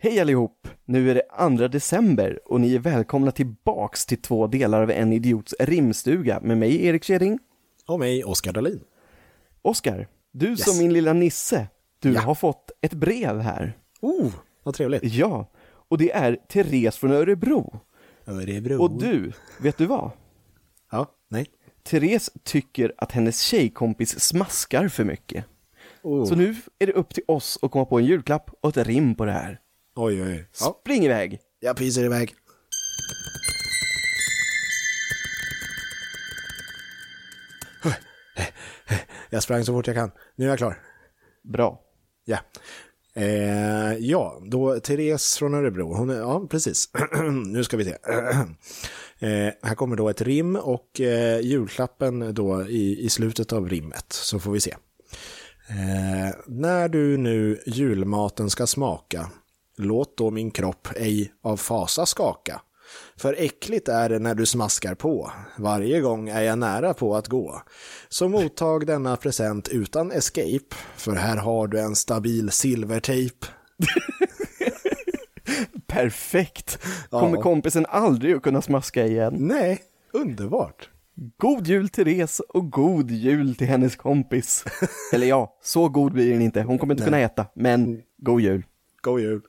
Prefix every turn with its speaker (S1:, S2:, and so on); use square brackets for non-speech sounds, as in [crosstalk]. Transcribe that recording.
S1: Hej allihop! Nu är det 2 december och ni är välkomna tillbaks till två delar av En Idiots rimstuga med mig Erik Kjering.
S2: Och mig, Oskar Dahlin.
S1: Oskar, du
S2: Yes.
S1: som min lilla nisse, du
S2: Ja.
S1: har fått ett brev här.
S2: Oh, vad trevligt.
S1: Ja, och det är Therese från Örebro.
S2: Örebro.
S1: Och du, vet du vad?
S2: Ja, nej.
S1: Therese tycker att hennes tjejkompis smaskar för mycket.
S2: Oh.
S1: Så nu är det upp till oss att komma på en julklapp och ett rim på det här.
S2: Oj, oj, oj. Ja,
S1: Spring iväg!
S2: jag pyser iväg. Jag sprang så fort jag kan. Nu är jag klar.
S1: Bra.
S2: Ja. Eh, ja, då Therese från Örebro. Hon är, ja, precis. [clears throat] nu ska vi se. [clears throat] eh, här kommer då ett rim och eh, julklappen då i, i slutet av rimmet, så får vi se. Eh, när du nu julmaten ska smaka, låt då min kropp ej av fasa skaka. För äckligt är det när du smaskar på, varje gång är jag nära på att gå. Så mottag denna present utan escape, för här har du en stabil silvertejp.
S1: Perfekt!
S2: Ja.
S1: Kommer kompisen aldrig att kunna smaska igen?
S2: Nej, underbart.
S1: God jul Therese och god jul till hennes kompis. Eller ja, så god blir den inte. Hon kommer inte kunna äta, men god jul.
S2: God jul.